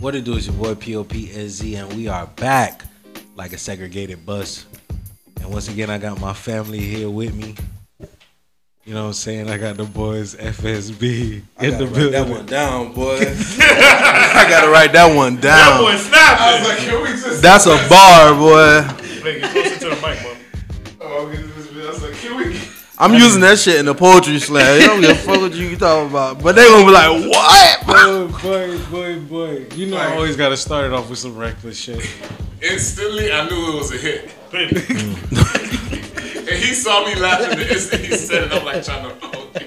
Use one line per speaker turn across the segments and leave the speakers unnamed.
What it do is your boy POPSZ, and we are back like a segregated bus. And once again, I got my family here with me. You know what I'm saying? I got the boys FSB
I
in the
gotta write that
building.
one down, boy. I gotta write that one
That
down.
boy snapping.
like, can we just? That's a bar, boy.
Nigga, get closer to the mic, bro. Oh,
I'm using that shit in the poetry slam. You don't give a fuck what you talking about, but they gonna be like, what?
Oh, boy, boy, boy. You know I always got to start it off with some reckless shit.
Instantly, I knew it was a hit.
Clearly.
And he saw me laughing the instant he said it. I'm like, trying to. Okay.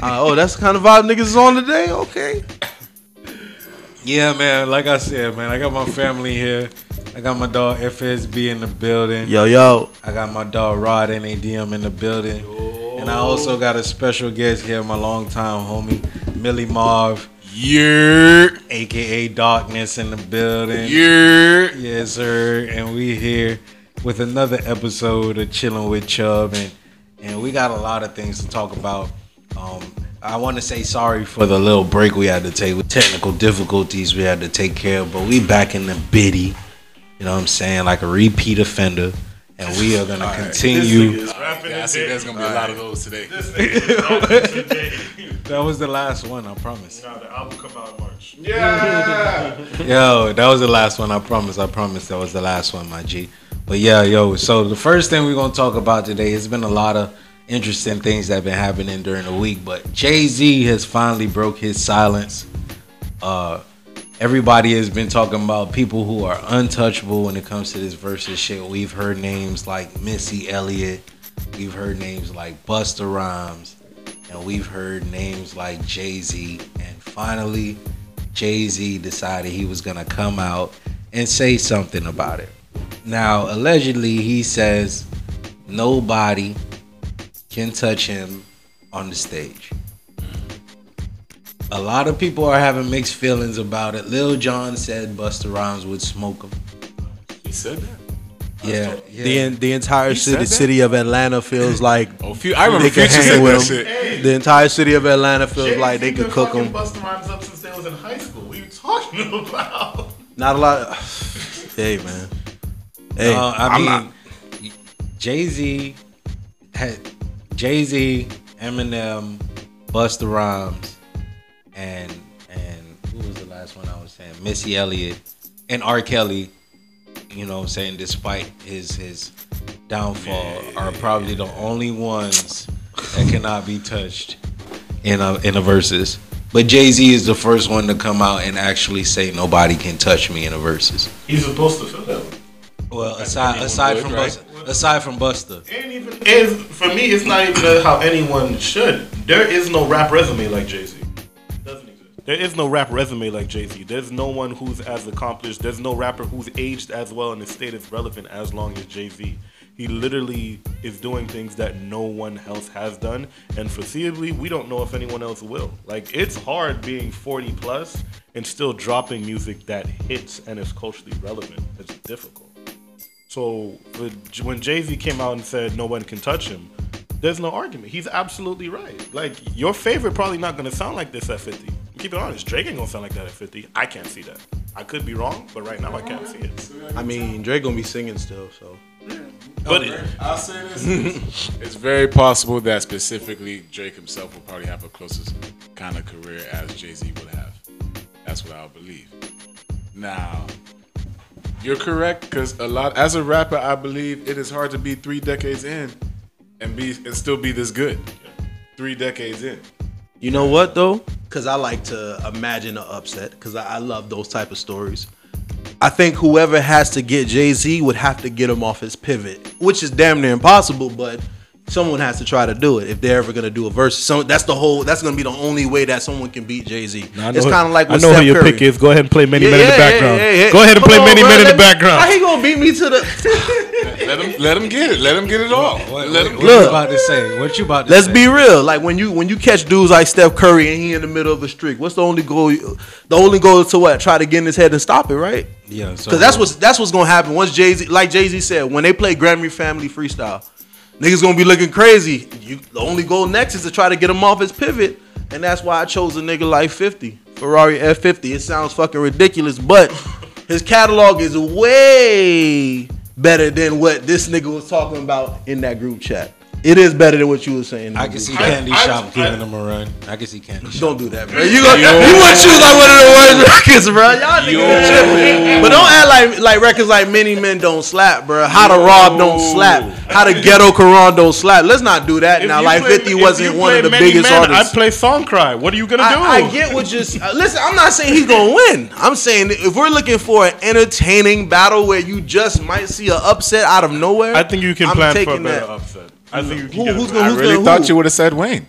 Uh, oh, that's the kind of vibe niggas is on today. Okay.
Yeah, man. Like I said, man, I got my family here. I got my dog FSB in the building.
Yo, yo.
I got my dog Rod NADM in the building. And I also got a special guest here, my longtime homie, Millie Marv,
Yeah,
aka Darkness in the building.
yeah.
Yes, sir. And we here with another episode of Chilling with Chubb, and and we got a lot of things to talk about. Um, I want to say sorry for the little break we had to take with technical difficulties we had to take care of, but we back in the biddy. You know what I'm saying? Like a repeat offender, and we are gonna continue.
Rapping
I
and
see there's
shit.
gonna be a lot of those today.
This nigga is today.
That was the last one, I promise.
Now the album come out in March.
Yo, that was the last one. I promise. I promise that was the last one, my G. But yeah, yo. So the first thing we're gonna talk about today, it's been a lot of interesting things that have been happening during the week. But Jay Z has finally broke his silence. Uh, everybody has been talking about people who are untouchable when it comes to this versus shit. We've heard names like Missy Elliott. We've heard names like Busta Rhymes, and we've heard names like Jay Z. And finally, Jay Z decided he was gonna come out and say something about it. Now, allegedly, he says nobody can touch him on the stage. A lot of people are having mixed feelings about it. Lil Jon said Busta Rhymes would smoke him.
He said that.
Yeah, yeah.
The en- the entire
said
city
that?
city of Atlanta feels like
Oh, few. I remember
they could
Future said
hang
that
with
shit.
him. The entire city of Atlanta feels like they
Jay-Z
could
been
cook
fucking
him.
Busting rhymes up since they was in high school. What are you talking about?
Not a lot. hey, man. Hey,
Uh, I
I'm
mean,
not-
Jay Z had Jay Z, Eminem, Busta Rhymes, and and who was the last one I was saying? Missy Elliott and R. Kelly. You know, what I'm saying despite his his downfall, are probably the only ones that cannot be touched in a in a verses. But Jay Z is the first one to come out and actually say nobody can touch me in a verses.
He's supposed to feel that way.
Well, aside
anyone
aside
would,
from
right?
Buster, aside from Buster,
And even is for me, it's not even how anyone should. There is no rap resume like Jay Z. Doesn't exist. There is no rap resume like Jay Z. There's no one who's as accomplished. There's no rapper who's aged as well and has stayed as relevant as long as Jay Z. He literally is doing things that no one else has done, and foreseeably, we don't know if anyone else will. Like, it's hard being 40 plus and still dropping music that hits and is culturally relevant. It's difficult. So with- when Jay Z came out and said no one can touch him, there's no argument. He's absolutely right. Like your favorite probably not gonna sound like this at 50. Keep it honest, Drake ain't gonna sound like that at 50. I can't see that. I could be wrong, but right now I can't see it.
I mean, Drake gonna be singing still, so
But it,
I'll say this: it's very possible that specifically Drake himself will probably have a closest kind of career as Jay Z would have. That's what I would believe. Now, you're correct because a lot as a rapper, I believe it is hard to be three decades in and be and still be this good. Three decades in.
You know what though? Because I like to imagine an upset because I, I love those type of stories. I think whoever has to get Jay Z would have to get him off his pivot, which is damn near impossible. But someone has to try to do it if they're ever gonna do a verse. So that's the whole. That's gonna be the only way that someone can beat Jay Z. It's kind of like with Steph Curry.
is. Go ahead and play many
Yeah, yeah, yeah, yeah, yeah. Come on, bro, let me- How he gonna beat me to the?
Let him let him get it. Let him get it all.
what,
let
what,
him
what
get
you
Look.
about to say? What you about to
Let's
say?
be real. Like when you when you catch dudes like Steph Curry and he in the middle of the streak, what's the only goal? you- The only goal is to what? Try to get in his head and stop it, right?
yeah, so
Because that's what's that's what's gonna happen once Jay Z, like Jay Z said, when they play Grammy Family Freestyle, niggas gonna be looking crazy. You, the only goal next is to try to get him off his pivot, and that's why I chose a nigga like Fifty Ferrari F50. It sounds fucking ridiculous, but his catalog is way better than what this nigga was talking about in that group chat. It is better than what you were saying. in
I can
the group
see
chat.
Candy
I-
Shop
I-
giving them a run. I can see Candy Shop.
Don't do that, bro. You gonna, you want to choose like one of the worst records, bro? Y'all niggas
Yo.
tripping. But don't act like like records like Many Men don't slap, bro. How to Rob don't
Yo.
slap. How to Ghetto Quran don't slap. Let's not do that
If
now.
you
Like
play-
Fifty
if
wasn't
you
one
play
of the
Many
biggest
Men,
artists.
I play Song Cry. What are you gonna do?
I, I get what you're. s- uh, listen, I'm not saying he's gonna win. I'm saying if we're looking for an entertaining battle where you just might see an upset out of nowhere,
I think you can
I'm
plan for a
taking
better
that.
upset. I think you can
Who-
get a
who's
better-
gonna-
I
who's
really
gonna
thought
who?
you would have said Wayne.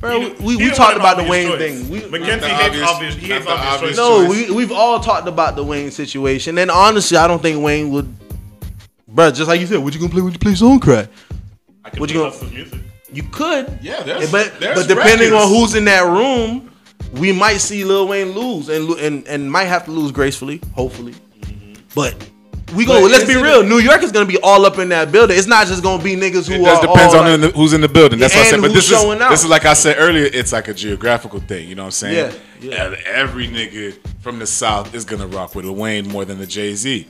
Bro,
He-
we, we
he don't
talked
want an
about the
obvious
Wayne
choice.
thing. We,
Mackenzie
Not the
hates
obvious-
obvious. He
not
hates
the obvious
obvious choices.
choice.
No, we we've all talked about the Wayne situation, and honestly, I don't think Wayne would. Bro, just like you said, what you gonna play when you play Song Cry?
I can
What you
play
gonna-
Love Soul's music.
You could,
Yeah, there's-
Eh, but
there's
but depending
records.
on who's in that room, we might see Lil Wayne lose and lo- and and might have to lose gracefully, hopefully. Mm-hmm. But we go.
But
Let's be
isn't
real. New York is gonna be all up in that building. It's not just gonna be niggas who
It
are
just depends
all
on
like-
in the- who's in the building. That's what I
and
said. But
who's
this is
showing out.
this is like I said earlier. It's like a geographical thing. You know what I'm saying?
Yeah, yeah.
And Every nigga from the south is gonna rock with Lil Wayne more than the Jay Z.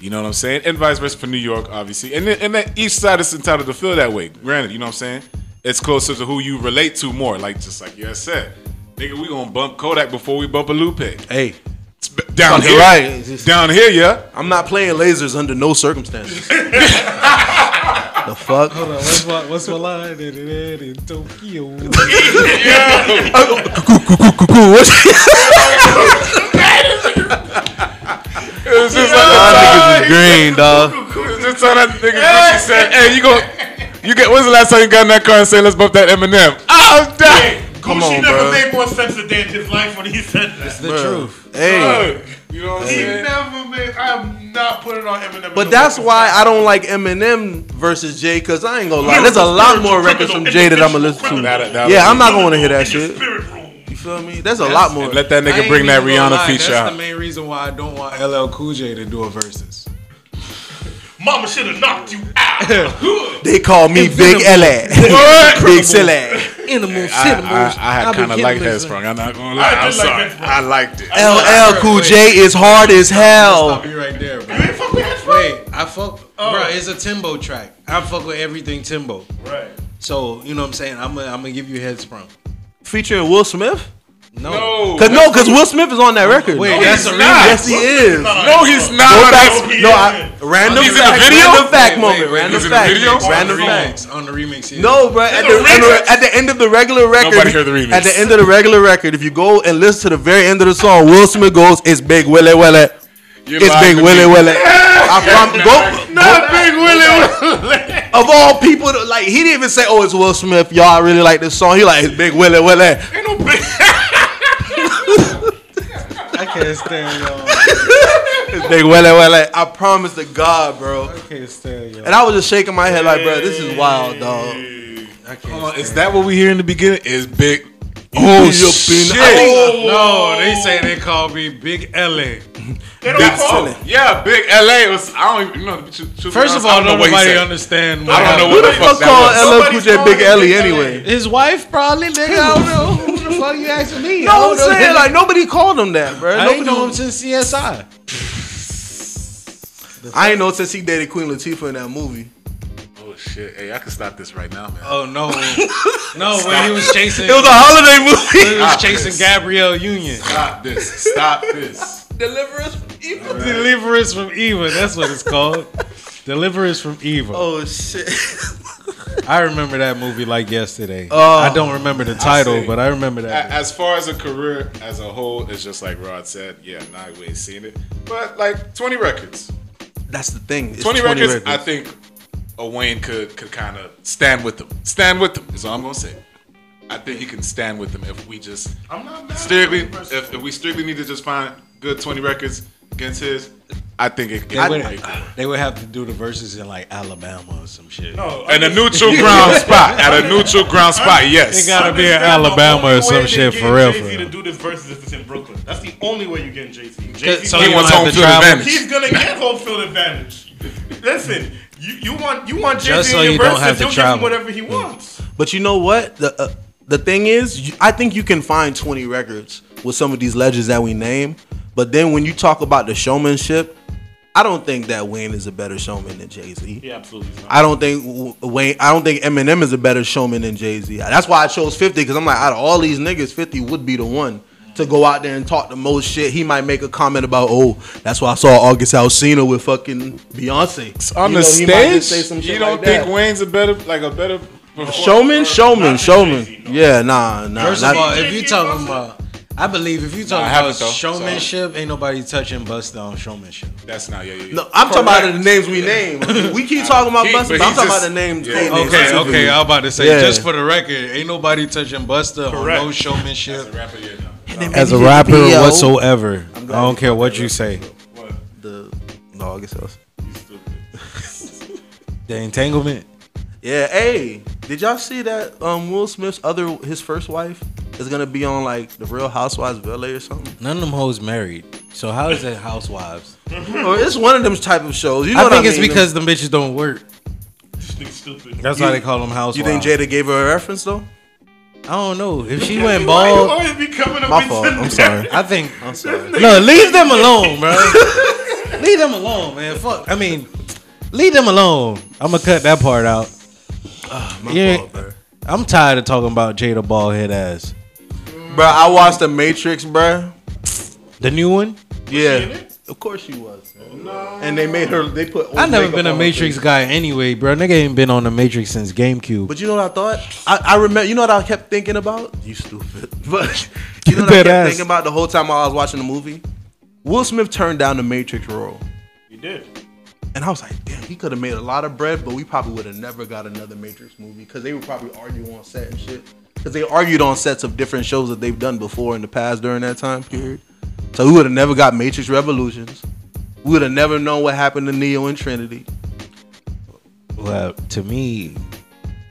You know what I'm saying? And vice versa for New York, obviously. And then, and then each side is entitled to feel that way. Granted, you know what I'm saying? It's closer to who you relate to more. Like just like you said, nigga, we gonna bump Kodak before we bump a Lupe.
Hey,
It's b- Down
Fucking
here,
right. It's just-
Down here, yeah.
I'm not playing lasers under no circumstances. the fuck.
What's my, what's my line in Tokyo?
It was just like
Y'all niggas is green, dog.
Just tell that nigga what you said. Hey, you go. You get. When's the last time you got in that car and say, "Let's bump that Eminem"? I'm
Hey,
dying.
Come
Gucci
on,
never
bro.
made more sense a day in his life when he said that.
The truth.
Hey.
Hey. You know what I'm
He
saying?
never made. I'm not putting on Eminem.
But that's why I don't like Eminem versus Jay, cause I ain't gonna lie. There's a lot more records from Jay that I'ma listen to.
That- that
Yeah,
was-
I'm not gonna wanna hear that
In your
shit.
spirit room.
You feel me? There's a lot more.
And let that
I
nigga
ain't
bring that
even gonna
Rihanna
lie,
feature
That's the
out.
main reason why I don't want LL Cool J to do a versus.
Mama should have knocked you out.
They call me Big LA. Big Silly.
Animal
I, I, I had kind of liked that sprung. I'm not gonna lie.
I did
I'm
like
sorry.
that sprung.
I liked it.
LL Cool J is hard as
Stop
hell.
you right there, bro.
you ain't fuck with Head
Wait, I fuck, bro. It's a Timbo track. I fuck with everything Timbo.
Right.
So you know what I'm saying. I'm gonna, I'm gonna give you head sprung.
Featuring Will Smith?
No,
No.
Cause no, cause Will Smith is on that record.
wait,
No,
that's a remix.
he's not.
yes, he is.
No, he's
Go
not.
back.
he
No, I,
isn't.
random
He's in the
fact.
video?
Random fact
Wait,
moment.
wait, wait.
Random
He's in the
fact.
video? On the
on the
Random fact.
remix. On the remix. he
No, bro. At the, end of, at the end of the regular record,
Nobody heard the remix.
at the end of the regular record, if you go and listen to the very end of the song, Will Smith goes, "It's Big Willie Willie,
You're
it's Big
lying to
Willie
me.
Willie." I prom- go,
Not Big Willie.
of all people, to- like he didn't even say, "Oh, it's Will Smith." Y'all I really like this song. He like, "It's Big Willie Willie."
Ain't no big.
I can't stand y'all.
It's Big Willie Willie. I promise to God, bro.
I can't stand y'all.
And I was just shaking my head like, bro, this is wild, dog.
I can't.
Oh, Is that what we hear in the beginning? Is big?
up
Oh
in-
shit!
I think- Oh.
No, they say they call me Big LA.
They
Big
don't call.
Yeah, big LA was. I don't even know. to be tru-
First of
truthfully honest, I
all,
don't know what he
nobody
said.
understand.
I don't know
Who
what
the
the fuck
fuck
that
called
was.
LL Cool
Nobody's
J Big
calling him
Ellie
Big
anyway?
His wife probably. Nigga, I don't know who the fuck you asking me. I
No, I'm
don't know
saying
him.
like nobody called him that, bro.
I
Nobody
ain't know him since CSI.
I ain't know since he dated Queen Latifah in that movie.
Oh shit! Hey, I can stop this right now, man.
Oh no, no, when he was chasing,
It was a holiday movie.
he was chasing Gabrielle Union.
Stop this! Stop this!
Deliver us from evil.
Deliver us from evil. That's what it's called. Deliver us from evil.
Oh shit.
I remember that movie like yesterday.
Oh.
I don't remember the title,
see.
but I remember
A-
that.
As far as a career as a whole, it's just like Rod said. Yeah, nah, we ain't seen it, but like twenty records,
That's the thing. It's
20, records, I think a Wayne could could kind of stand with them. Stand with them is all I'm gonna say. I think he can stand with them if we just
I'm not mad.
strictly if, if we strictly need to just find good twenty records against his. I think it. it,
They
it,
would, they would have to do the verses in like Alabama or some shit.
No,
at a neutral ground spot. At a neutral ground spot, yes.
It gotta be in Alabama or some shit for real. For
Jay Z to
real.
do this versus if it's in Brooklyn. That's the only way you get Jay Z.
So
He
you
wants
don't have
home
to
field
travel.
advantage.
He's gonna get home field advantage. Listen, you, you want you want Jay
Just
Z
so
in
you
your
don't
verses,
have to
you'll give him
travel.
whatever he wants.
But you know what? The uh, the thing is, you, I think you can find 20 records with some of these legends that we name. But then when you talk about the showmanship, I don't think that Wayne is a better showman than Jay Z.
Yeah, absolutely. It's not.
I don't think W- Wayne. I don't think Eminem is a better showman than Jay Z. That's why I chose Fifty because I'm like, out of all these niggas, Fifty would be the one to go out there and talk the most shit. He might make a comment about, oh, that's why I saw August Alsina with fucking Beyonce
on
You
the
know, he might
stage.
just say some shit
you don't
like
think
that.
Wayne's a better like a better performer?
Showman, showman,
not
showman.
Jay-Z, no.
Yeah, nah, nah.
First
not-
of all, if you talking about, I believe if you
I
talking about
haven't though,
showmanship, ain't nobody touching Busta on showmanship.
That's not yeah, yeah, yeah.
no, I'm talking about the names we name. We keep talking about
He-
Busta,
but
but I'm
he
talking about
just-
the names.
yeah.
they name
Okay,
specifically.
okay, I'm about to say
Yeah.
just for the record, ain't nobody touching Busta on
Correct.
no
As a
showmanship
rapper, yeah, no.
as a
Maybe
rapper
BO.
whatsoever. I
glad
don't care what you say.
What?
The no, August Alsina.
The entanglement.
Yeah, hey, did y'all see that um Will Smith's other his first wife is gonna be on like the Real Housewives of LA or something?
None of them hoes married. So how is it housewives?
or Oh, it's one of them type of shows. You know
I
what
think it's
mean?
because them bitches don't work.
This nigga's stupid.
That's why they call them housewives.
you think Jada gave her a reference though?
I don't know. If she
Why
went
you
bald,
always be coming up
My
with
fault. I'm
some-
sorry.
I think
I'm sorry.
No, leave them alone, bro. leave them alone, man. Fuck. I mean, leave them alone. I'm gonna cut that part out.
My
Yeah.
fault, bro.
I'm tired of talking about Jada bald head ass.
Bro, I watched The Matrix, bro.
The new one.
in
Yeah.
it?
Of course she was. And they made her. They put.
I never
makeup
been a
on her face.
Matrix guy anyway, bro. Nigga ain't been on the Matrix since GameCube.
But you know what I thought? I, I remember. You know what I kept thinking about? You stupid. But you know what I
Dead
kept
ass.
thinking about the whole time while I was watching the movie? Will Smith turned down the Matrix role,
He did.
and I was like, damn, he could have made a lot of bread, but we probably would have never got another Matrix movie because they would probably argue on set and shit. Because they argued on sets of different shows that they've done before in the past during that time period. So we would have never got Matrix Revolutions. We would have never known what happened to Neo and Trinity.
Well, to me,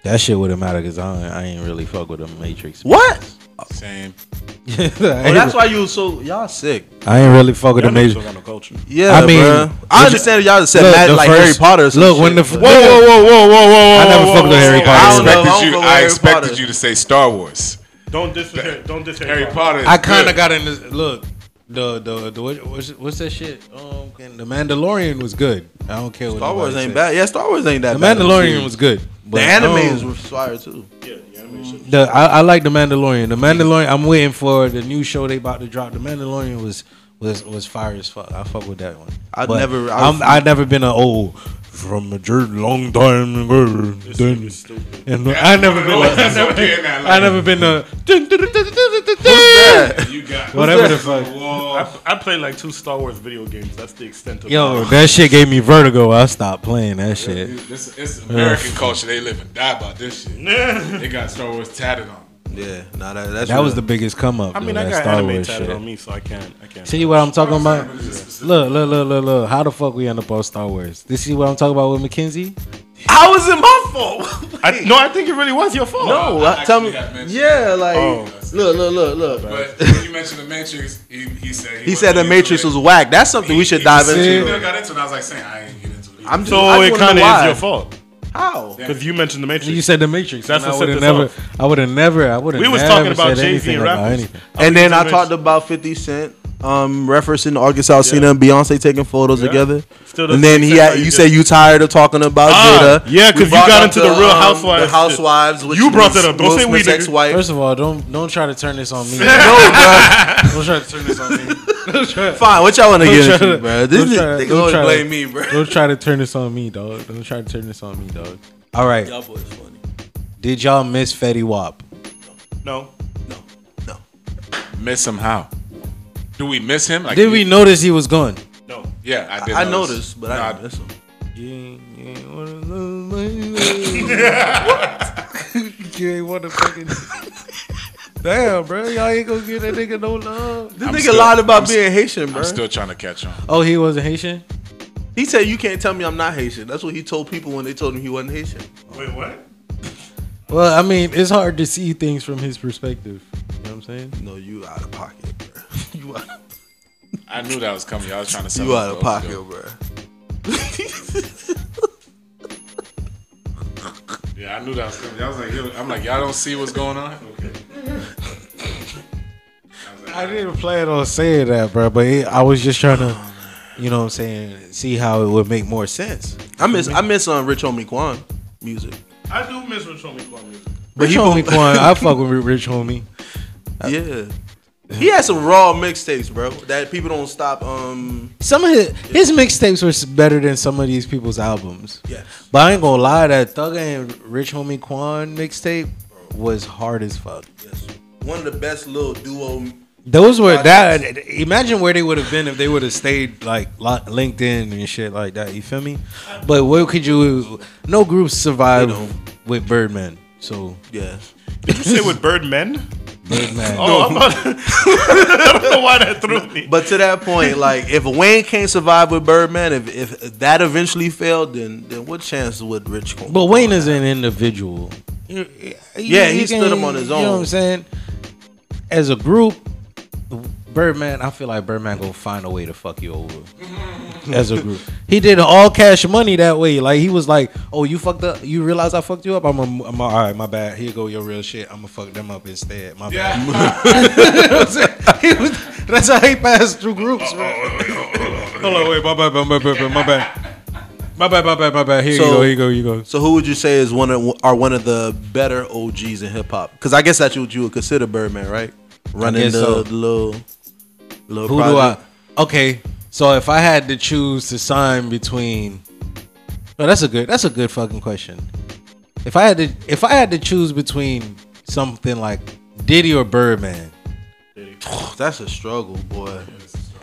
that shit wouldn't matter because I, ain't- I ain't really fuck with the Matrix.
What?
Same.
I,
Oh,
ain't,
that's why you was so y'all sick.
I ain't really fuck with the
That niggas
Matrix.
don't got no culture.
Yeah,
I
I
mean,
mean, I
look-
understand y'all said
look,
Mad
the
like
first-
Harry Potter. Or some
look, when
shit,
the-
but-
Whoa,
whoa, whoa, whoa, whoa, whoa!
I never whoa, fucked with whoa. Harry
I
Potter.
I don't
expected
know, I don't
you.
fuck with
I
Harry
expected
Potter.
you to say Star Wars.
Don't diss Harry. Don't diss Harry,
Harry Potter. Is
I kind
good.
of got in this. Look, the the, the what, what's, what's that shit? Um, the Mandalorian was good. I don't care what
Star Wars
nobody
ain't
said.
bad. Yeah, Star Wars ain't that
The
bad.
Mandalorian was good. But,
The animes
um,
were fire too.
Yeah, the animation.
the I, I like the Mandalorian. The Mandalorian. I'm waiting for the new show they about to drop. The Mandalorian was was was fire as fuck. I fuck with that one.
I'd
But
never- I
I'm,
was-
I've never been a oh from a jer- long time ago. Then, and I never been.
Oh, that's
A,
what you're in that
I
line.
never been a.
You got
Whatever the fuck.
Whoa.
I, I played like two Star Wars video games. That's the extent of
Yo, that shit gave me vertigo. I stopped playing that shit.
This, it's American culture. They live and die about this shit. They got Star Wars tatted on.
Yeah, nah, that, that's
That was the
real.
biggest come up.
I mean,
though,
I
that
got
Star
anime
Wars
tatted
shit.
on me, so I can't. I can't.
See what I'm talking about?
But it's just-
Look, look, look, look, look. How the fuck we end up on Star Wars? This is what I'm talking about with Mackenzie.
How is it my fault?
I, no, I think it really was your fault.
no,
I
Oh, tell me.
actually got mentioned.
Yeah, like
Oh.
look, look, look, look.
But when you mentioned the Matrix, he, he said
he said the
wasn't
Matrix
into
was
it.
whack. That's something we should dive
He
into.
never got into it. I was like saying I ain't get into it.
I'm just,
so
I just
it
wanna know
kind of is
why.
your fault
How?
because you mentioned the Matrix.
You said the Matrix.
That's
and I
what
would
set
have
this
never. I would have never. I would have.
we was
never
talking about
said
Jay Z
anything
and
about
rappers.
anything.
And then I
Matrix.
talked about 50 Cent um, referencing August Alsina and Beyonce taking photos together.
Still doesn't
and then
make
he
sense
had,
how
you
you
said
did.
you tired of talking about
Ah,
Jada.
yeah, 'cause
We
you
brought up
got into the Real Housewives
The
shit.
Housewives. Which
You brought
was
that up. Don't
Will
say we
Smith's
didn't.
ex-wife.
First of all, don't don't try to turn this on me.
no, bro.
don't try to turn this on me. Don't try.
Fine. What y'all want to
Don't
get
try
into,
to-
bro? This
don't
is
try to-
they can
don't
only
try to-
blame me, bro.
Don't try to turn this on me, dog. Don't try to turn this on me, dog. All right.
Y'all boys funny.
Did y'all miss Fetty Wap?
no.
No, no.
miss him how? Do we miss him? Like,
Did we notice he was gone?
No,
Yeah, I did.
I
notice.
noticed, but
Nah,
I didn't miss him.
You ain't, you ain't wanna love me. what? you ain't wanna fucking. Damn, bro, y'all ain't gonna give that nigga no love.
This
I'm
nigga
still-
lied about
I'm s-
being Haitian, bro.
I'm still trying to catch on.
Oh, he wasn't Haitian.
he said you can't tell me I'm not Haitian. That's what he told people when they told him he wasn't Haitian.
wait, what?
Well, I mean, it's hard to see things from his perspective. You know what I'm saying?
No, you out of pocket, bro. You out.
I knew that was coming. I was trying to sell
You
him
out of
clothes,
pocket,
though.
bro.
Yeah, I knew that was coming. I was like, yo, I'm like, y'all don't see what's going on. Okay. I was like,
I didn't plan on saying that, bro. But it, I was just trying to, you know, what I'm saying, see how it would make more sense.
I miss I miss on Rich Homie Quan music.
I do miss Rich Homie Quan music.
But Rich
he
homie Quan, I fuck with Rich homie.
Yeah. He had some raw mixtapes, bro. That people don't stop. Um,
Some of his, his mixtapes were s- better than some of these people's albums.
Yes.
But I ain't gonna lie, that Thug and Rich Homie Quan mixtape was hard as fuck.
yes. one of the best little duo.
Those were
Projects.
that. Imagine where they would have been if they would have stayed like lo- LinkedIn and shit like that. You feel me? But what could you? No group survive
They don't.
with Birdman. So
Yeah,
Did you say with Birdmen?
Birdman.
Oh, I'm about to, I don't know why that threw me.
but to that point, like if Wayne can't survive with Birdman, if if that eventually failed, then then what chance would Rich? Quan-
But Wayne is an individual. Yeah,
Yeah, he stood him on his
You know what
own.
I'm saying? As a group, Birdman, I feel like Birdman gonna find a way to fuck you over.
Mm-hmm.
As a group, he did all cash money that way. Like he was like, "Oh, you fucked up. You realize I fucked you up. I'm, a, I'm a, all right. My bad. Here go your real shit. I'm gonna fuck them up instead. My bad." He was- that's how he passed through groups. bro. Hold on, wait. My bad. My bad. My bad. My bad. My bad. My bad. Here you go.
So-
Here you go. Here you go.
So who would you say is one of are one of the better OGs in hip hop? Because I guess that's what you would consider Birdman, right? Running the,
guess so.
the little little.
Who
project.
do I? Okay, so if I had to choose to sign between, well, that's a good that's a good fucking question. If I had to if I had to choose between something like Diddy or Birdman,
That's a struggle, boy.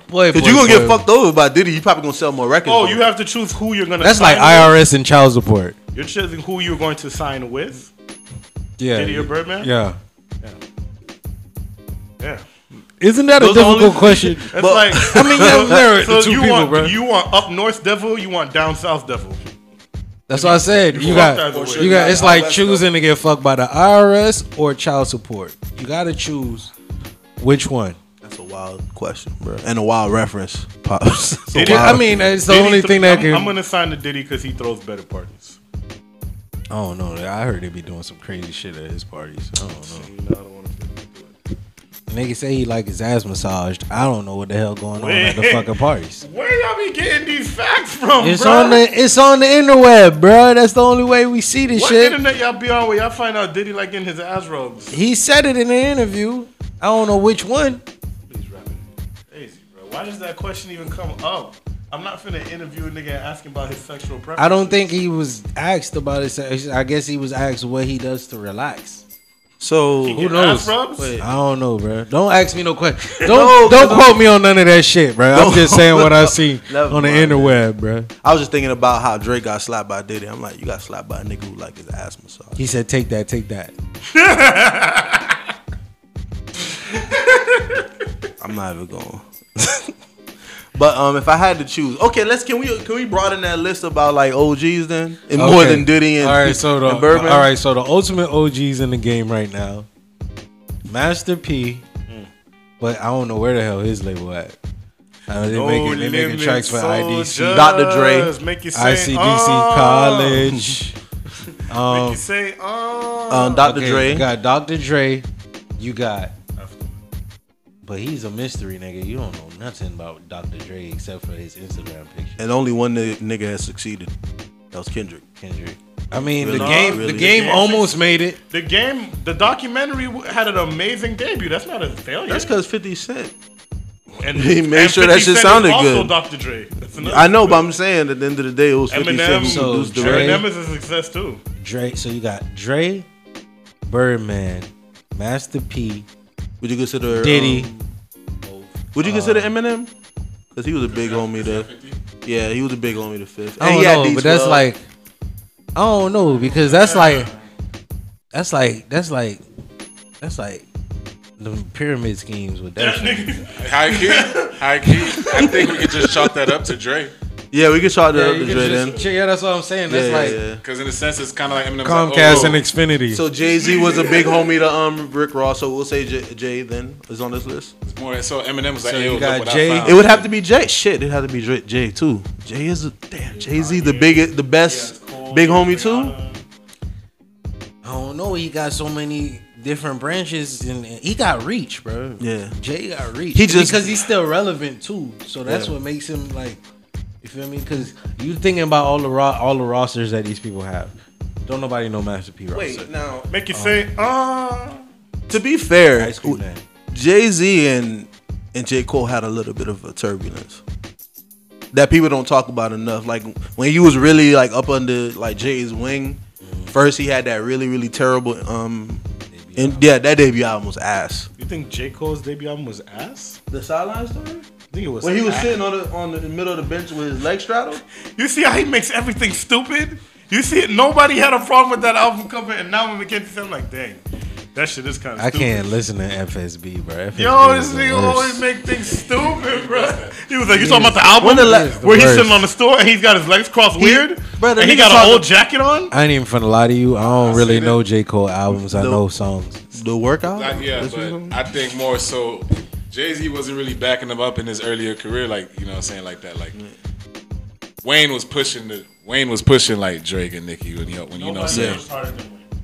boy,
Because
boy,
you gonna
boy.
get fucked over by Diddy. You probably gonna sell more records.
Oh,
than
you
him.
have to choose who you're gonna.
That's like
sign with?
IRS and child support.
You're choosing who you're going to sign with.
Yeah,
Diddy or Birdman?
Yeah,
Yeah,
isn't that
Those
a
are
difficult
only-
question?
that's
But-
like.
I mean, yeah, there are
so
two
you
people,
want
bro.
you want up north devil, you want down south devil.
That's what I said. You
walk that
got,
way.
you got. It's like
Or should
choosing to get fucked by the IRS or child support. You got to choose which one.
That's a wild question, bro, and a wild reference, pops. It's a
Diddy-
wild-
I mean, it's the
Diddy
only
th-
thing that
I'm,
can.
I'm gonna sign to Diddy because he throws better parties.
I don't know. I heard they be doing some crazy shit at his parties. I don't know.
No, I don't want to.
Nigga say he like his ass massaged. I don't know what the hell going on at the fucking parties.
Where y'all be getting these facts from,
It's
bro?
on the it's on the interweb, bruh. That's the only way we see this
what
shit.
internet y'all be on where y'all find out Diddy like in his ass robes?
He said it in the interview. I don't know which one.
He's rapping crazy, bro. Why does that question even come up? I'm not finna interview a nigga and ask him about his sexual preference.
I don't think he was asked about it. I guess he was asked what he does to relax.
so
Who knows?
Ass robes?
I don't know, bruh. Don't ask me no question.
No,
Don't don't
'cause
quote me on none of that shit, bruh. I'm
Don't-
just saying what I see
Never
on the
mind,
interweb, bruh.
I was just thinking about how Drake got slapped by Diddy. I'm like, you got slapped by a nigga who like his ass massage.
He said, "Take that, take that."
I'm not even going. but um, if I had to choose, okay, let's can we can we broaden that list about like OGs then, and more
Okay.
than Diddy and,
all right. So the
and Birdman.
all right. So the ultimate OGs in the game right now, Master P, but I don't know where the hell his label at. Uh, they making they making tracks for IDC,
Dr. Dre,
Make you say,
ICDC
uh,
oh,
College.
Make
Um,
you say, oh.
um, Dr.
okay,
Dre.
You got Dr. Dre. You got. But he's a mystery, nigga. You don't know nothing about Dr. Dre except for his Instagram picture.
and only one ni- nigga has succeeded. That was Kendrick.
Kendrick. I mean, the
Really?
game.
Really?
The game almost made it.
the game, the documentary w- had an amazing debut. That's not a failure.
That's because 50 Cent.
and,
he made
and
sure that
50
shit
Cent is
sounded
also
good.
Dr. Dre. That's another
I know, but
success.
I'm saying at the end of the day, it was 50 Cent
Eminem,
who
So,
produced the
Dre-
record.
Eminem is a success too.
Dre. So you got Dre, Birdman, Master P,
Would you consider
Diddy. uh,
um, would you consider Eminem? Because he was a big homie to. Yeah, he was a big homie to Fifth.
I
And
don't
he had
know,
these
but that's
love-
like I don't know because that's like that's like that's like that's like the pyramid schemes with that. shit.
High key, high key. I think we could just chalk that up to Dre,
Yeah, we could shout that
Yeah,
up
you
to
can
Dre then.
just- yeah, that's what I'm saying. That's
yeah,
like
yeah, yeah.
because in a sense, it's kind of like Eminem's
Comcast
like,
and
oh,
Xfinity.
So Jay Z was a big homie to um Rick Ross, so we'll say J- Jay then is on this list.
it's more. So Eminem was like,
So
hey,
you
look
got
what
Jay-
I found.
It would have to be Jay. Shit, it had to be Dre- Jay too. Jay is a, damn Jay Z, the biggest, the best big homie too.
I don't know. He got so many different branches, and and he got reach, bro.
Yeah.
Jay got reach.
He just-
because he's still relevant too. So that's
Yeah.
what makes him like, you feel me? Because you thinking about all the ro- all the rosters that these people have. Don't nobody know Master P roster.
Wait, now
Make you say, ah.
to be fair,
Ice cream man.
Jay Z and and J Cole had a little bit of a turbulence that people don't talk about enough. Like when he was really like up under like Jay's wing, first he had that really really terrible um, and yeah, that debut album was ass.
You think J. Cole's debut album was ass?
The sideline story.
I think it was.
When he was
ass.
sitting on the on the, middle of the bench with his leg straddled,
You see how he makes everything stupid? You see it? Nobody had a problem with that album cover, and now when McKenzie said, I'm like, dang, that shit is kind of
I
stupid.
can't listen to FSB, bro. FSB
Yo,
is
this
the
nigga
worst.
always make things stupid, bro. He was like, you talking about the album
When the la-
where he's
The
sitting
worst.
on the store and he's got his legs crossed weird,
Bro, the
and he
nigga
got an
talking-
old jacket on?
I ain't even finna lie to you. I don't really know J Cole albums. I
No.
know songs.
the workout.
Like, yeah, but I think more so Jay Z wasn't really backing him up in his earlier career, like you know, what I'm saying like that. Like Wayne was pushing the Wayne was pushing like Drake and Nicki when you know, when you know what I'm saying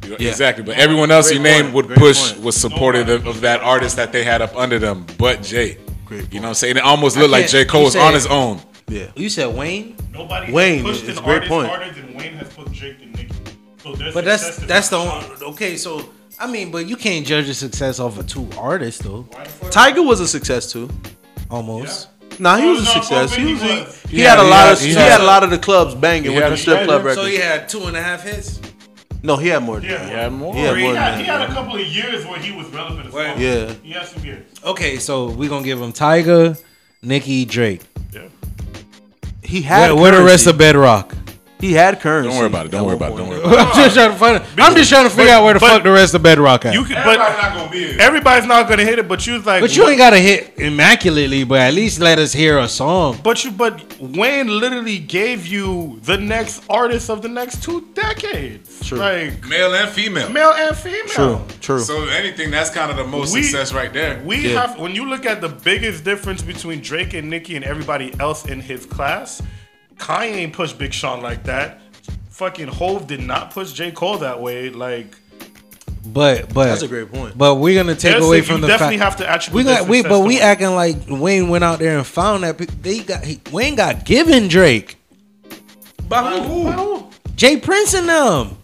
You know,
Yeah.
exactly. But everyone else you
Great
named
point,
would
great
push
point.
was supportive of, of that artist that they had up under them, but Jay.
Great
You know what I'm saying? It almost looked like
can't-
J Cole
you
was on
said-
his own.
yeah,
You said Wayne,
Nobody
Wayne,
has pushed
it's
an
a great
artist
point.
harder than Wayne has pushed Drake and Nicki. So there's
but that's
success to
that's
that
the only,
genre.
okay. So I mean, but you can't judge the success off of two artists though.
Tiger was a success too.
Almost.
Nah, he
No,
was a
no,
success. He
Bobby
was.
was.
He, he
Yeah,
had a
he
lot
had-
of
he
he
had-
had a lot of the clubs banging
he
with
had
the
a-
strip club records.
So he had two and a half hits.
No, he had more. Than
Yeah.
that.
Yeah, more.
Yeah,
He
more
had,
than
he had
that.
a couple of years where he was relevant as well.
Yeah.
He had some years.
Okay, so we gonna give him Tiger, Nicki, Drake.
Yeah.
He had.
Where, where the rest
currency.
of Bedrock?
He had currency.
Don't worry about it. Don't
at
worry
one
about it. Don't
point.
worry about it.
I'm just trying to find. I'm just trying to figure out where the
but-
fuck the rest of Bedrock at.
You could, but
not gonna be here.
everybody's not gonna hit it. But you was like,
but you ain't got to hit immaculately, but at least let us hear a song.
But you, but Wayne literally gave you the next artist of the next two decades,
True.
like
Male and female.
male and female.
True. True.
So if anything, that's kind of the most
We-
success right there.
We
Yeah.
have when you look at the biggest difference between Drake and Nicki and everybody else in his class, Kanye ain't pushed Big Sean like that. Fucking Hove did not push J Cole that way. Like
But but
That's a great point.
But we're gonna take
Yes,
away
you
from the
definitely
fact
have to attribute
we
that
got we
success
but
to
we
Wayne.
acting like Wayne went out there and found that pe- they got he, Wayne got given Drake,
By who?
Jay Prince and them.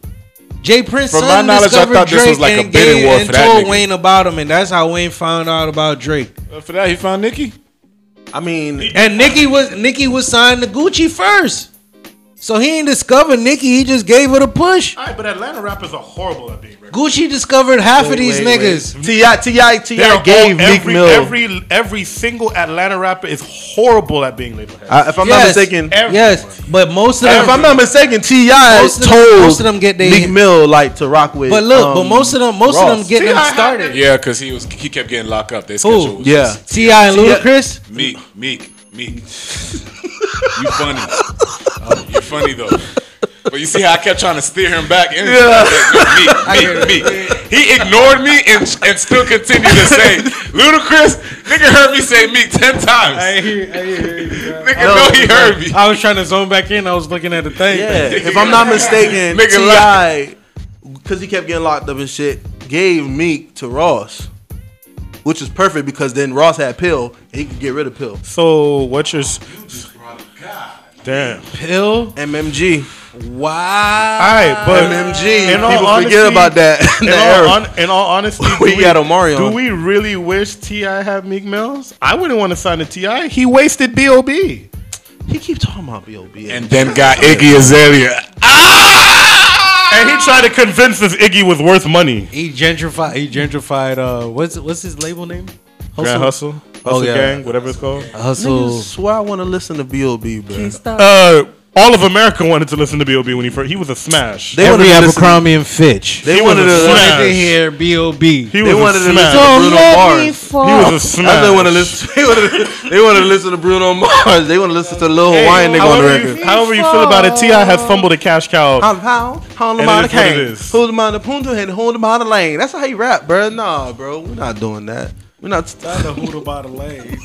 Jay Prince.
From my
son
knowledge, I
discovered
thought this
Drake
was like a
and
bidding
gave-
war
and
for that
told
nigga.
Wayne about him, and that's how Wayne found out about Drake.
for that, he found Nicki.
I mean,
And Nicki was Nicki was signed to Gucci first. So he ain't discovered Nicki, he just gave her the push.
All right, but Atlanta rappers are horrible at being rappers.
Gucci discovered half of
wait,
these
wait,
niggas.
wait. Ti Ti Ti gave Meek
every,
Mill.
every every single Atlanta rapper is horrible at being label heavy.
I- if I'm
Yes.
not mistaken,
Every-
Yes, but most of
if I'm
them
not mistaken, Ti
Most of them-
told
most of them get they-
Meek Mill like to rock with.
But look,
um,
but most of them most of them
Ross.
get them
T.I. had
started.
Yeah, because he was he kept getting locked up. They
Who?
scheduled.
Yeah.
Ti and
Yeah.
Ludacris.
Meek, Meek, Meek. you funny. you funny though. But you see how I kept trying to steer him back. in? Meek, Meek, Meek. He ignored me and, and still continued to say, Ludacris, nigga heard me say Meek 10 times. Nigga know he heard me.
I was trying to zone back in. I was looking at the thing.
Yeah, if I'm not mistaken,
Nigga
Ti, because he kept getting locked up and shit, gave Meek to Ross, which is perfect because then Ross had Pill and he could get rid of Pill.
So what's your s- damn?
Pill.
MMG,
Wow.
All right, but
MMG.
in all
People
honesty-
forget about that.
In
that
all,
era.
hon- in all honesty,
We
do
got Omarion.
Do we really wish Ti had Meek Mills? I wouldn't want to sign a Ti. He wasted Bob.
he keep talking about Bob.
And then got Iggy Azalea.
Ah!
And he tried to convince us Iggy was worth money.
He gentrified. He gentrified. Uh, what's what's his label name?
Grand Hustle, Hustle
Oh, yeah.
Gang, whatever it's called.
Uh,
Hustle.
Niggas swear I want to listen to B.O.B., bro.
Uh, all of America wanted to listen to Bob when he first. He was a smash.
They
Every
wanted to listen-
Abercrombie and Fitch.
They
He
wanted
was a
to.
smash.
Listen,
wanted to hear B.O.B. So
he was
they
a
wanted to
smash.
listen to Bruno Mars.
he was a
I
smash.
they want to listen. They want to. They want to listen to Bruno Mars. They want to listen to Lil Hawaiian nigga on the
however,
record.
you, however you feel about it, Ti has fumbled a cash cow.
I'm how? How the
And
man
it is what it
came?
is.
Hold the man the punto and hold the man the lane. That's how he rap, bro. Nah, bro, we're not doing that. We're not.
by the lane.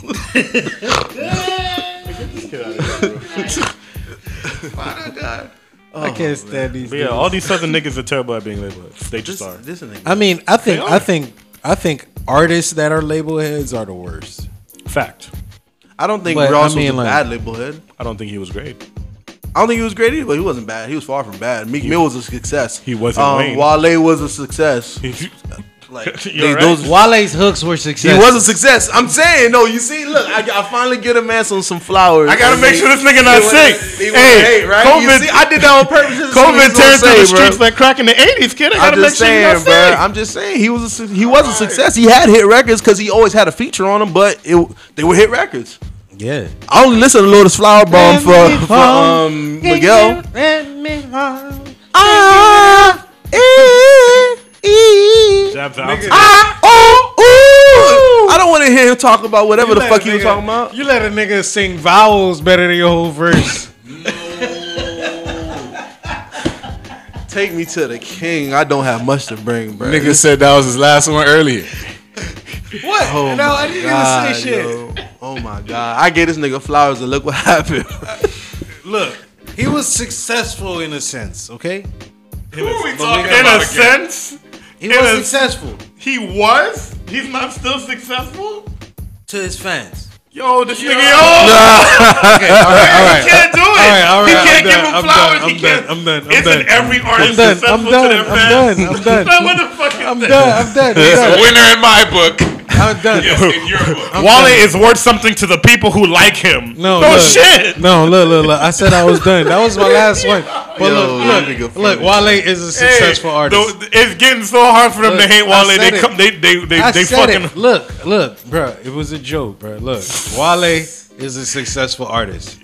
I can't stand these.
But yeah,
niggas.
all these southern niggas are terrible at being labeled. They just
This,
are.
this nigga.
I mean, I think,
They
I
are.
think, I think artists that are label heads are the worst.
Fact.
I don't think
But, I
Ross
mean,
was a
like-
bad label head.
I don't think he was great.
I don't think he was great either, but he wasn't bad. He was far from bad. Meek Mill was a success. Um,
he wasn't Wayne.
Wale was a success. Like
You're
they-
right.
those
Wale's hooks were
He
successful.
was a success. I'm saying, no. You see, look, I, I finally get a man some some flowers.
I gotta make sure this nigga not sick.
He was-
Hey,
hey, right?
COVID,
you see, I did that on purpose. This is what he
COVID
was
tearing
gonna
through the
say,
streets
bro.
like crack in the '80s, kid. I
I'm
gotta make
just
sure you
saying,
not
bro.
sick.
I'm just saying he was a su- he was a success. He had hit records because he always had a feature on them, but it they were hit records.
yeah.
I only listened to Lotus Flower Bomb for, for um Miguel. Ah, eh, eh,
Jabs out.
ah, oh, ooh. I don't want to hear him talk about whatever the fuck he was talking about.
You let a nigga sing vowels better than your whole verse.
Take me to the king. I don't have much to bring, bro.
Nigga said that was his last one earlier.
what?
Oh
no,
my
I didn't
God,
even say shit.
yo. Oh my god! I gave this nigga flowers and look what happened.
Look, he was successful in a sense, okay?
Who are we
talking
In
about
a
again?
sense,
He
It
was
was-
successful
he was. He's not still successful.
to his fans.
Yo, this nigga, yo,
all right, all right.
he can't do it.
right, all
he
right,
can't
I'm
give
done,
him
I'm
flowers.
done,
he
I'm
can't.
done, I'm done, I'm
Isn't
done.
every artist
I'm done.
successful
I'm done.
to their
I'm
fans?
done. I'm done.
Like, what the fuck is
I'm
that?
done. I'm done.
He's
I'm
a
done.
winner in my book.
I'm done.
Yes, in your book.
Wale is worth something to the people who like him.
No,
no
look,
shit.
No, look, look, look. I said I was done. That was my last one. But
Yo,
look,
that
look,
nigga
look. Wale is a
Hey,
successful artist.
the- it's getting so hard for them
Look,
to hate
I
Wale. They
said it.
come, they they they,
I
they
said
fucking.
it. Look, look, bro. It was a joke, bro. Look, Wale is a successful artist.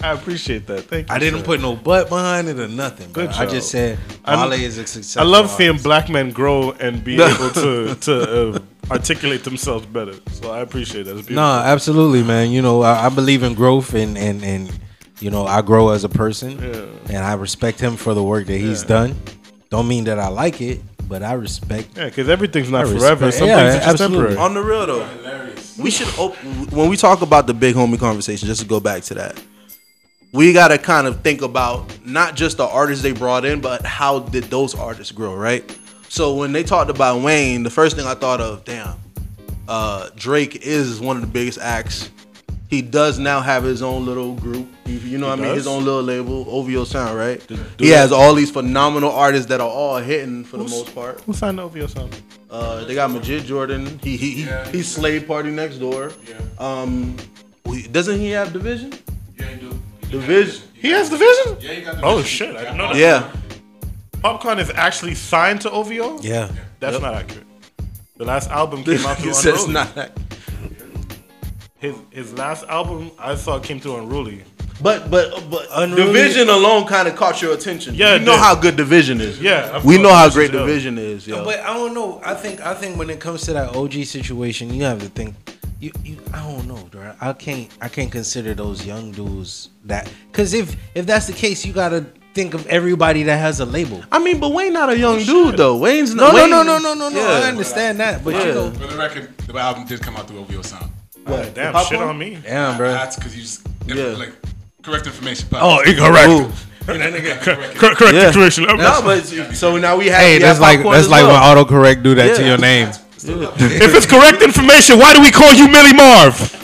I appreciate that. Thank you.
I didn't put no butt behind it or nothing. Bro.
Good
I
job.
just said
I'm-
Wale is a
I
successful.
love
artist.
seeing black men grow and be able to to uh, articulate themselves better. So I appreciate that. It's
No,
beautiful.
absolutely, man. You know, I, I believe in growth and and and you know, I grow as a person, and I respect him for the work that he's done. Don't mean that I like it, but I respect.
Yeah, because everything's not
I
forever.
respect-
Some
yeah,
things are just
absolutely.
temporary.
On the real though, we should open when we talk about the big homie conversation. Just to go back to that, we gotta kind of think about not just the artists they brought in, but how did those artists grow, right? So when they talked about Wayne, the first thing I thought of, damn, uh, Drake is one of the biggest acts. He does now have his own little group. You, you know what I mean? His
does?
own little label, OVO Sound, right?
do
he
it.
has all these phenomenal artists that are all hitting for the most part.
Who signed over your son?
Uh, they got Majid Jordan. He he he, he Slade Party next door. Um, we- doesn't he have division? Division.
He has division.
Yeah, you got the
Oh
vision.
shit! I didn't know that.
Yeah.
Popcorn is actually signed to OVO.
Yeah,
That's not accurate. The last album came out through
It says
Unruly.
not. that.
His his last album I saw came through Unruly.
But but but
Unruly-
division alone kind of caught your attention.
Yeah,
you
it
know
did.
how good division is.
Yeah, of
we
course,
know how
Division's
great
dope.
division is. Yo.
but I don't know. I think I think when it comes to that OG situation, you have to think. You, you I don't know, bro. I can't I can't consider those young dudes that because if if that's the case, you gotta think of everybody that has a label.
I mean, but Wayne not a young dude though. Wayne's
No,
not.
no,
Wayne-
no, no, no, no, no. I
Yeah.
understand that, but
Yeah.
you know,
For the record, the album did come out through OVO Sound.
Alright, damn,
Popcorn?
shit on me.
damn, bro.
That's because you just
Yeah.
like correct information.
incorrect.
Ooh.
Correct, correct
Yeah.
situation.
No, but so now we have.
Hey,
we have
that's like
popcorn
that's
as
like
well.
when autocorrect do that to
Yeah.
your name.
if it's correct information, why do we call you Millie Marv?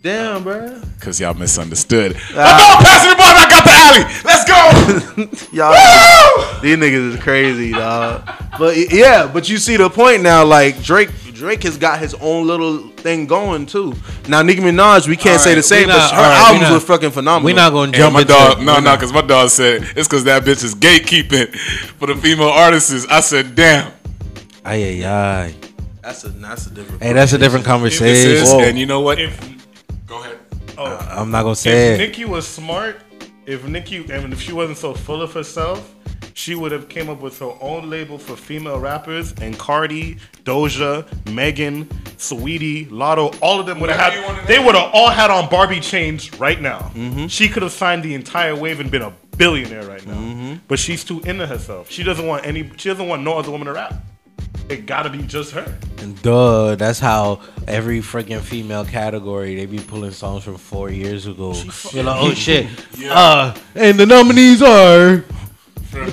Damn, bro.
Because y'all misunderstood.
Ah.
I'm passing the ball back out the alley. Let's go.
Y'all. These niggas is crazy, dog. But y- yeah, but you see the point now. Like Drake, Drake has got his own little thing going too. Now Nicki Minaj, we can't say
Alright,
the same,
we
but
not-
her
alright, we
albums
not-
were fucking phenomenal.
We're not gonna
Yeah,
jump
my
into
dog.
it.
No, no, because my dog said it's because that bitch is gatekeeping for the female artists. I said, damn.
Ay, ay, ay.
That's a that's a different.
Hey, that's a different
This
conversation.
is,
Whoa.
and you know what?
If
Go ahead.
oh,
I'm not gonna say
if
it.
Nikki was smart, if Nikki and if she wasn't so full of herself, she would have came up with her own label for female rappers and Cardi, Doja, Megan, Sweetie, Lotto, all of them would have
you wanna
had they would have all had on Barbie chains right now. She could have signed the entire wave and been a billionaire right now. But she's too into herself. She doesn't want any she doesn't want no other woman to rap. It gotta be just her.
Duh, that's how every freaking female category they be pulling songs from four years ago. You're like, oh shit. Uh, and the nominees are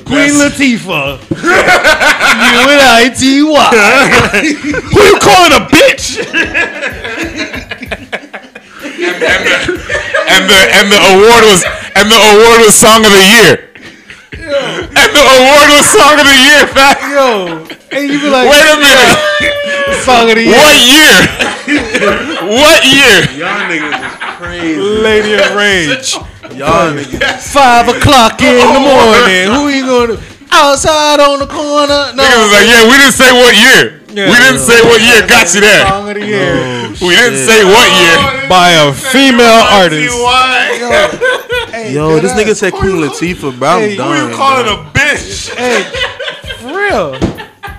Queen Latifah, U N I T Y.
Who you calling a bitch?
and the and the award was and the award was song of the year. And the award was song of the year. Fact.
Yo, and you be like,
Wait a minute.
song of the year,
What year? what year?
Y'all niggas is crazy.
Lady of Rage.
Y'all niggas.
Five o'clock in the morning. Who you gonna? Outside on the corner. No,
Niggas was like, yeah, we didn't say what year. we didn't say what year got you there.
Song of the year
We didn't say what
Oh.
year.
by a female artist.
Why?
Yo, this nigga said Queen Latifah, bro. I'm
Hey, who
Who
done.
you calling a bitch?
Hey, for real.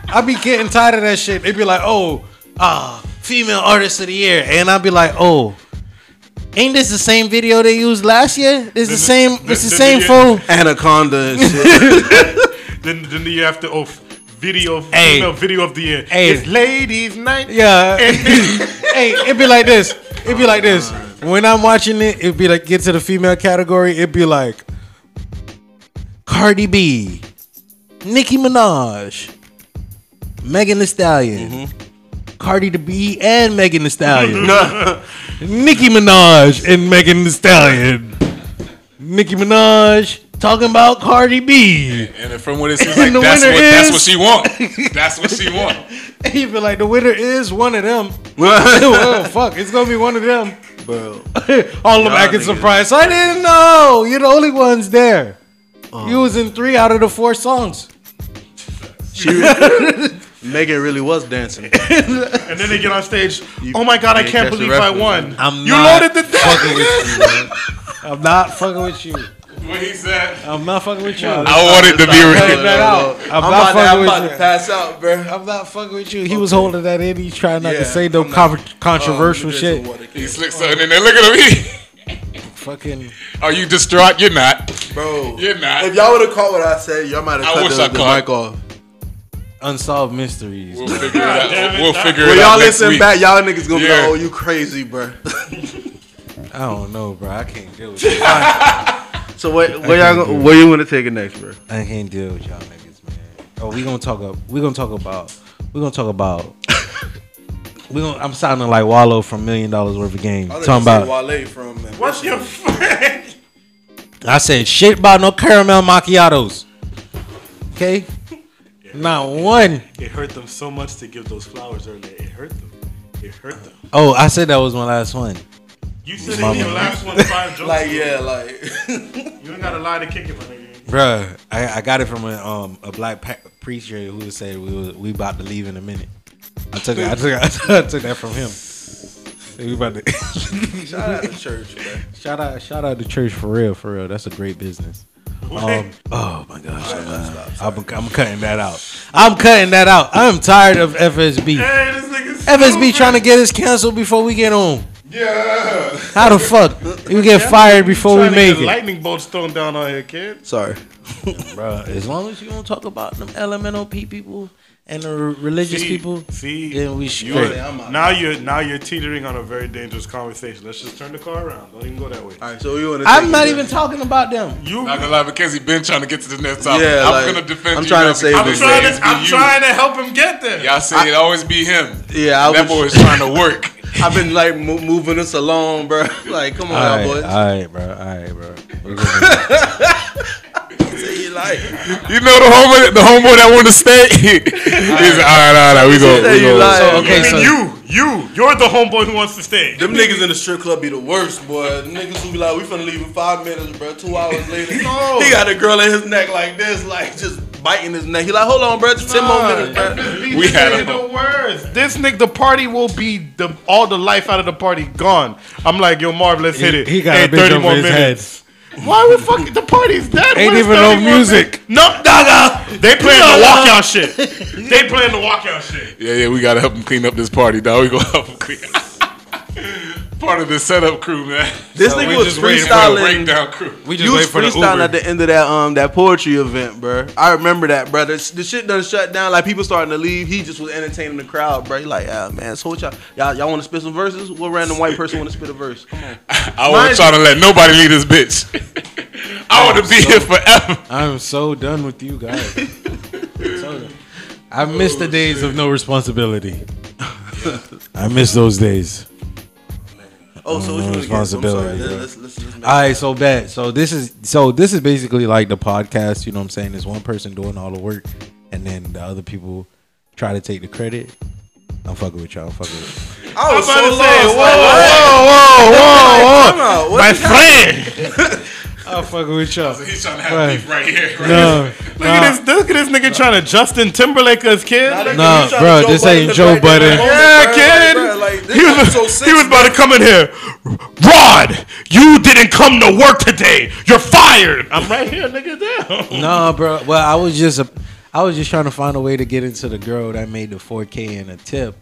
I be getting tired of that shit. They be like, oh, ah, female artist of the year. And I be like, oh, ain't this the same video they used last year? It's the same, it's the same fool.
Anaconda and shit.
Then then you have to oh video
Hey.
female video of the year.
Hey.
It's ladies night.
Yeah. hey, it be like this. It be like this. When I'm watching it, it be like, get to the female category, it be like, Cardi B, Nicki Minaj, Megan Thee Stallion. Cardi the B and Megan Thee Stallion. Nicki Minaj and Megan Thee Stallion. Nicki Minaj talking about Cardi B.
And then from what it seems
And
like,
the
that's what,
winner
that's
is-
what she want. That's what she want.
And you feel like the winner is one of them. oh fuck, it's gonna be one of them.
Bro.
All of them
Y'all
acting
niggas-
surprised. I didn't know. You're the only ones there.
Oh.
you was in three out of the four songs.
Megan really was dancing.
And then they get on stage. oh my god, I
you
can't
catch the
believe I
reference.
won.
I'm
you
not
loaded the deck.
I'm not fucking with you.
What he said.
I'm not fucking with you. I'm
I wanted to be
Cut
real.
that out. I'm, not
to-
fucking
I'm about
with
to
you.
pass out, bro.
I'm not fucking with you. He was holding that in. He's trying not
Yeah,
to say no
I'm Oh,
con- controversial shit.
He slick something in there. Look at me.
Fucking.
Are you distraught? You're not.
Bro.
You're not.
If y'all would have caught what I said, y'all might
I
have cut
wish
the,
I
the
caught.
mic off.
Unsolved mysteries.
We'll figure it out. We'll figure
When
it
y'all
out. next
listen
week.
back, y'all niggas gonna be
Yeah.
like, oh, you crazy, bro.
I don't know, bro. I can't deal with you.
so what, where, y'all go, where you gonna take it next, bro?
I can't deal with y'all niggas, man. Oh, we gonna talk up. We gonna talk about. We gonna talk about. we gonna. I'm sounding like Wallow from Million Dollars Worth of Game. Talking about.
Wale from
What's your friend?
I said shit about no caramel macchiatos. Okay. Not one.
It hurt them so much to give those flowers earlier. It hurt them. It hurt them.
Oh, I said that was my last one.
You said
Mama.
in your last one five jokes.
Like yeah, like
You ain't gotta lie to kick it, my nigga.
Bruh, I, I got it from a um a black pa- preacher who said we was, we about to leave in a minute. I took it, I took it, I took that from him. Said We about to
shout out to church, bro.
shout out shout out to church for real for real. That's a great business. Um, oh my gosh, uh, I'm, I'm cutting that out. I'm cutting that out. I'm tired of FSB.
Hey, this nigga's
FSB trying to get us canceled before we get on.
Yeah.
How the fuck you get fired before we
Trying to get
make it?
Lightning bolts thrown down on here, kid.
Sorry.
Bruh, as long as you don't talk about them elemental P people and the r- religious
See-
people,
See,
then we
you
straight.
I'm out.
now you're now you're teetering on a very dangerous conversation. Let's just turn the car around. Don't even go that way.
All right, so you wanna? take
I'm
it,
not
bro?
even talking about them.
You,
Not
I'm
gonna lie, Mackenzie been trying to get to the next topic.
Yeah,
I'm
like,
gonna defend
I'm
you.
trying
now
to save his
because it's
trying
always
to
been
I'm
you.
trying to help him get there.
Y'all say it always be him.
Yeah, I was.
that boy is trying to work.
I've been like mo- moving us along, bro. Like, come on,
All right,
y'all boys.
all right, bro. All right, bro. We're gonna-
Say you like.
You know the homeboy, the homeboy that wanted to stay. He's all right, all right, we go.
Say
We
you
go.
like.
So,
I
okay,
mean,
so
you, you, you're the homeboy who wants to stay.
Them niggas in the strip club be the worst, boy. Them niggas who be like, we finna leave in five minutes, bro. Two hours later,
No.
he got a girl in his neck like this, like just biting his neck. He like, hold on, bro, just ten
Ah,
more minutes, bro.
We
We
had
had
him.
the worst. This nigga, the party will be the all the life out of the party gone. I'm like, yo, Marv, let's hit it.
he got
Hey,
a bitch over his
Why we fucking the party's dead?
Ain't
What is
even no
30 more
music.
minutes? No, dogga. They playing the walkout shit. They playing the walkout shit.
Yeah, yeah, we gotta help him clean up this party, dog. We gonna help him clean. part of the setup crew, man.
This
So
nigga
we
was
just waiting for the
freestyling.
breakdown crew.
We just
You
wait
was
for the
freestyling at
Uber.
the end of that um that poetry event, bruh. I remember that, bruh. The, the shit done shut down. Like people starting to leave. He just was entertaining the crowd, bruh. He like, ah man, so what y'all y'all, y'all want to spit some verses? What random white person want to spit a verse? Come on.
I want
Mine-
y'all to let nobody leave this bitch. I want to be here forever.
I'm so done with you guys. So done. I miss
Oh,
the days of no responsibility. I miss those days.
Oh, so what you want to get? I'm sorry.
Responsibility,
Let's
bruh.
let's, let's, let's make
All right, so bet. So this is so this is basically like the podcast. You know what I'm saying? There's one person doing all the work, and then the other people try to take the credit. I'm fucking with y'all. I'm fucking with.
I was so
about to
lost.
say,
like,
whoa, Oh,
what? Come on, what the-
friend. I'm fucking with y'all.
He's trying to have
Right.
beef right here. Right
No,
Look at this! Look at this nigga trying to Justin Timberlake his kid.
Nah,
Like,
Nah,
you tryna
bruh,
Joe
this
Budden
ain't
the
Joe
right there in
Budden.
that moment, bruh.
Yeah, kid.
Like, bruh, like, this
he was,
episode six,
he was about to come in here. Rod, you didn't come to work today. You're fired. I'm right here, nigga. Down.
No, bro. Well, I was just I was just trying to find a way to get into the girl that made the 4K and a tip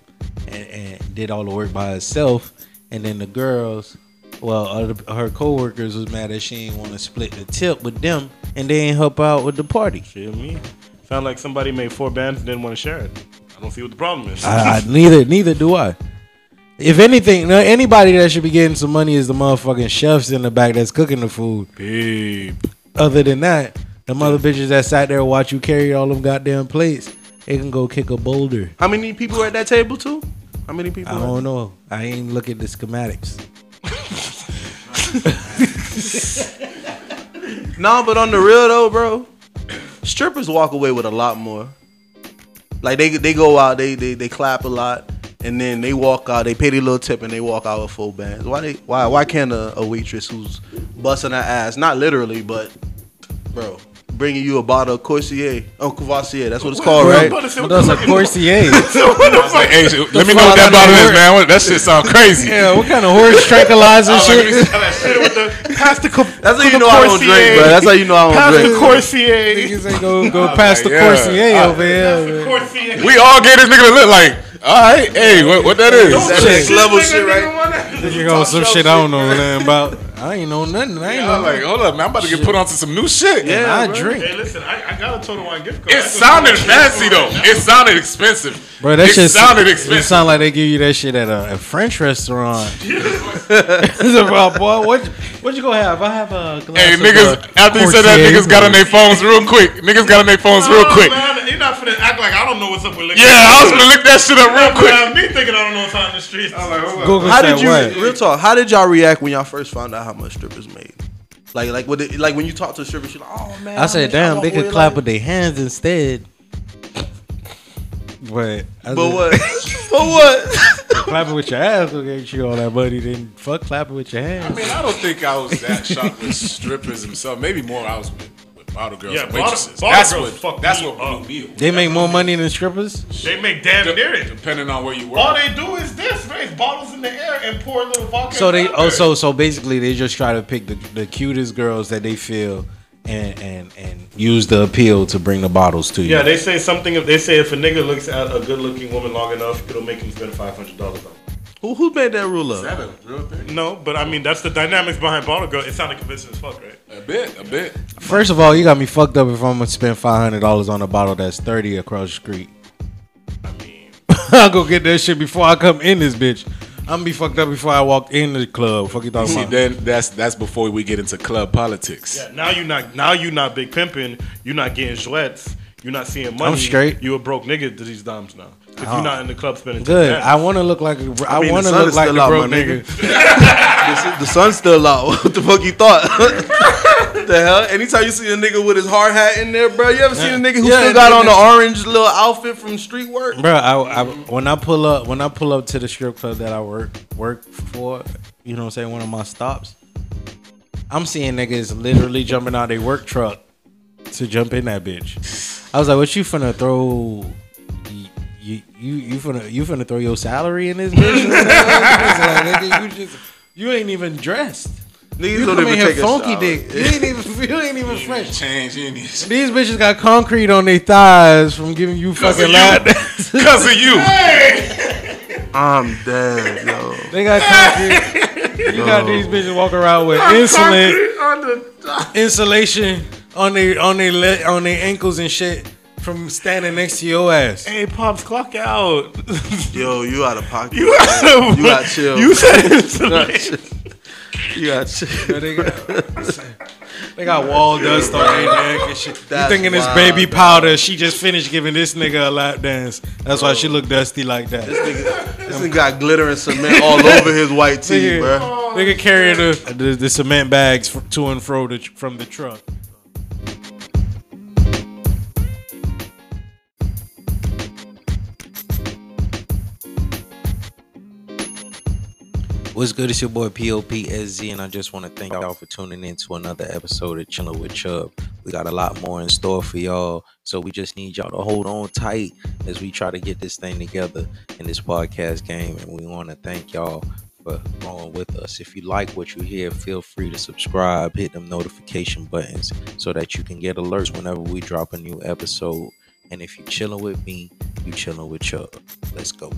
and, and did all the work by herself. And then the girls, well, other, her coworkers was mad that she didn't want to split the tip with them, and they ain't help out with the party.
Feel me? Sound like somebody made four bands and didn't want to share it. I don't see what the problem is.
I, I, neither neither do I. If anything, no, anybody that should be getting some money is the motherfucking chefs in the back that's cooking the food.
Babe.
Other than that, the mother bitches that sat there watch you carry all them goddamn plates, they can go kick a boulder.
How many people were at that table too? How many people?
I
were-
don't know. I ain't look at the schematics.
Nah, but on the real though, bro, strippers walk away with a lot more. Like they they go out, they they, they clap a lot, and then they walk out, they pay their little tip, and they walk out with full bands. Why they why why can't a, a waitress who's busting her ass, not literally, but bro, bringing you a bottle of Coursier, oh Courvoisier, that's what it's called,
Right?
right?
What
Well, that's a Corsier.
It's like, hey, let me
why
know what
I
that
don't
bottle is,
work.
man. What- That shit sound crazy.
yeah, what kind of horse tranquilizer
Oh, let me
shit?
see that shit.
With the, pass the co-
That's how
the
you know I don't
Coursier.
drink, bro. That's how you know I don't
Pass the
drink.
Corsier.
Niggas ain't gonna go past the
yeah.
Corsier over here. man.
Corsier.
We all gave this nigga to look like, all right, hey, what, what that is?
That's
Shit.
next level shit, right?
Nigga on some shit I don't know nothing about. I ain't know nothing. I ain't
I was
know.
like, hold up, man, I'm about to get put onto some new shit.
nothing. I
bro.
drink,
Hey, listen, I, I got a total wine gift card.
It sounded fancy though. It sounded expensive.
bro. That
it
shit
sounded
It
expensive.
sound like they give you that shit at a, a French restaurant. Bro, boy, what what you gonna have? I have a glass
Hey
of,
niggas,
uh,
after you said that,
Corsier,
niggas got on
please.
their phones real quick. Niggas got on their phones real
Oh,
quick.
Man, you're not finna act like I don't know what's up with liquor.
Yeah, I was gonna look that shit up real quick.
Me thinking I don't know what's out in the streets. I'm like, hold
Google
How did you
said what?
real talk? How did y'all react when y'all first found out how much strippers made? Like like what? It, like when you talk to a stripper, she's like, oh man.
I said,
made- I
damn,
walk
they
away
could clap
like-
with their hands instead. But, I
But
said,
what? but what?
clapping with your ass will get you all that money. Then fuck clapping with your
I
hands.
mean, I don't think I was that shocked with strippers themselves. Maybe more I was with, with bottle girls
Yeah,
and
bottle-
waitresses.
bottle
that's
girls
what
fuck
that's
me
what
up.
blew me away.
They make more money than strippers.
They make damn near it.
Depending on where you were.
All they do is this, raise bottles in the air and pour a little vodka.
So they
and water.
oh so so basically they just try to pick the, the cutest girls that they feel and and and use the appeal to bring the bottles to you.
Yeah, they say something. If they say if a nigga looks at a good-looking woman long enough, it'll make him spend five hundred dollars on. it.
Who who made that rule up?
That a real thing?
No, but I mean that's the dynamics behind bottle girl. It sounded convincing as fuck, right?
A bit, a bit.
First of all, you got me fucked up if I'm gonna spend five hundred dollars on a bottle that's thirty across the street.
I mean,
I'll go get that shit before I come in this bitch. I'm gonna be fucked up before I walk in the club. Fuck you talking
See,
about?
then that's that's before we get into club politics.
yeah, now you not now you not big pimping. You're not getting jouettes. You're not seeing money.
straight. Uh-huh.
You a broke nigga to these dimes now. If you're not in the club spending.
Good.
$10.
I want to look like a, I,
mean, the
want to
sun
look
is
like the
still out,
broke
my
nigga.
nigga. The, the sun's still out. what the fuck you thought? the hell? Anytime you see a nigga with his hard hat in there, bro, you ever seen a nigga who
Yeah,
still got
nigga.
on the orange little outfit from street work?
Bro, I, I when I pull up when I pull up to the strip club that I work work for, you know what I'm saying, one of my stops, I'm seeing niggas literally jumping out their work truck to jump in that bitch. I was like, "What you finna throw? You you you, you finna you finna throw your salary in this bitch?" Like, nigga, you just you ain't even dressed.
Niggas
You
don't
come in
even
here
take a
funky
shower.
dick. You ain't even you ain't even fresh.
Change in these.
These bitches got concrete on their thighs from giving you
Because of
fucking lap
you. Because of you.
I'm dead, yo.
They got concrete.
You got these bitches walking around with insulin, insulation on their on their le- on their ankles and shit from standing next to your ass.
Hey, pops, clock out.
Yo, you out of pocket.
you got,
You got chill.
You said insulation.
You got chill.
Yo, They got, they got wall dust on their neck and shit.
That's
you thinking this
wild,
baby
dog.
powder? She just finished giving this nigga a lap dance. That's why she looked dusty like that.
This nigga, this nigga got glitter and cement all over his white tee,
Nigga,
bro.
nigga carrying the, the the cement bags fr- to and fro the, tr- from the truck. What's good? It's your boy POPSZ, and I just want to thank y'all for tuning in to another episode of Chilling with Chubb. We got a lot more in store for y'all, so we just need y'all to hold on tight as we try to get this thing together in this podcast game. And we want to thank y'all for going with us. If you like what you hear, feel free to subscribe, hit them notification buttons so that you can get alerts whenever we drop a new episode. And if you're chilling with me, you chilling with Chubb. Let's go.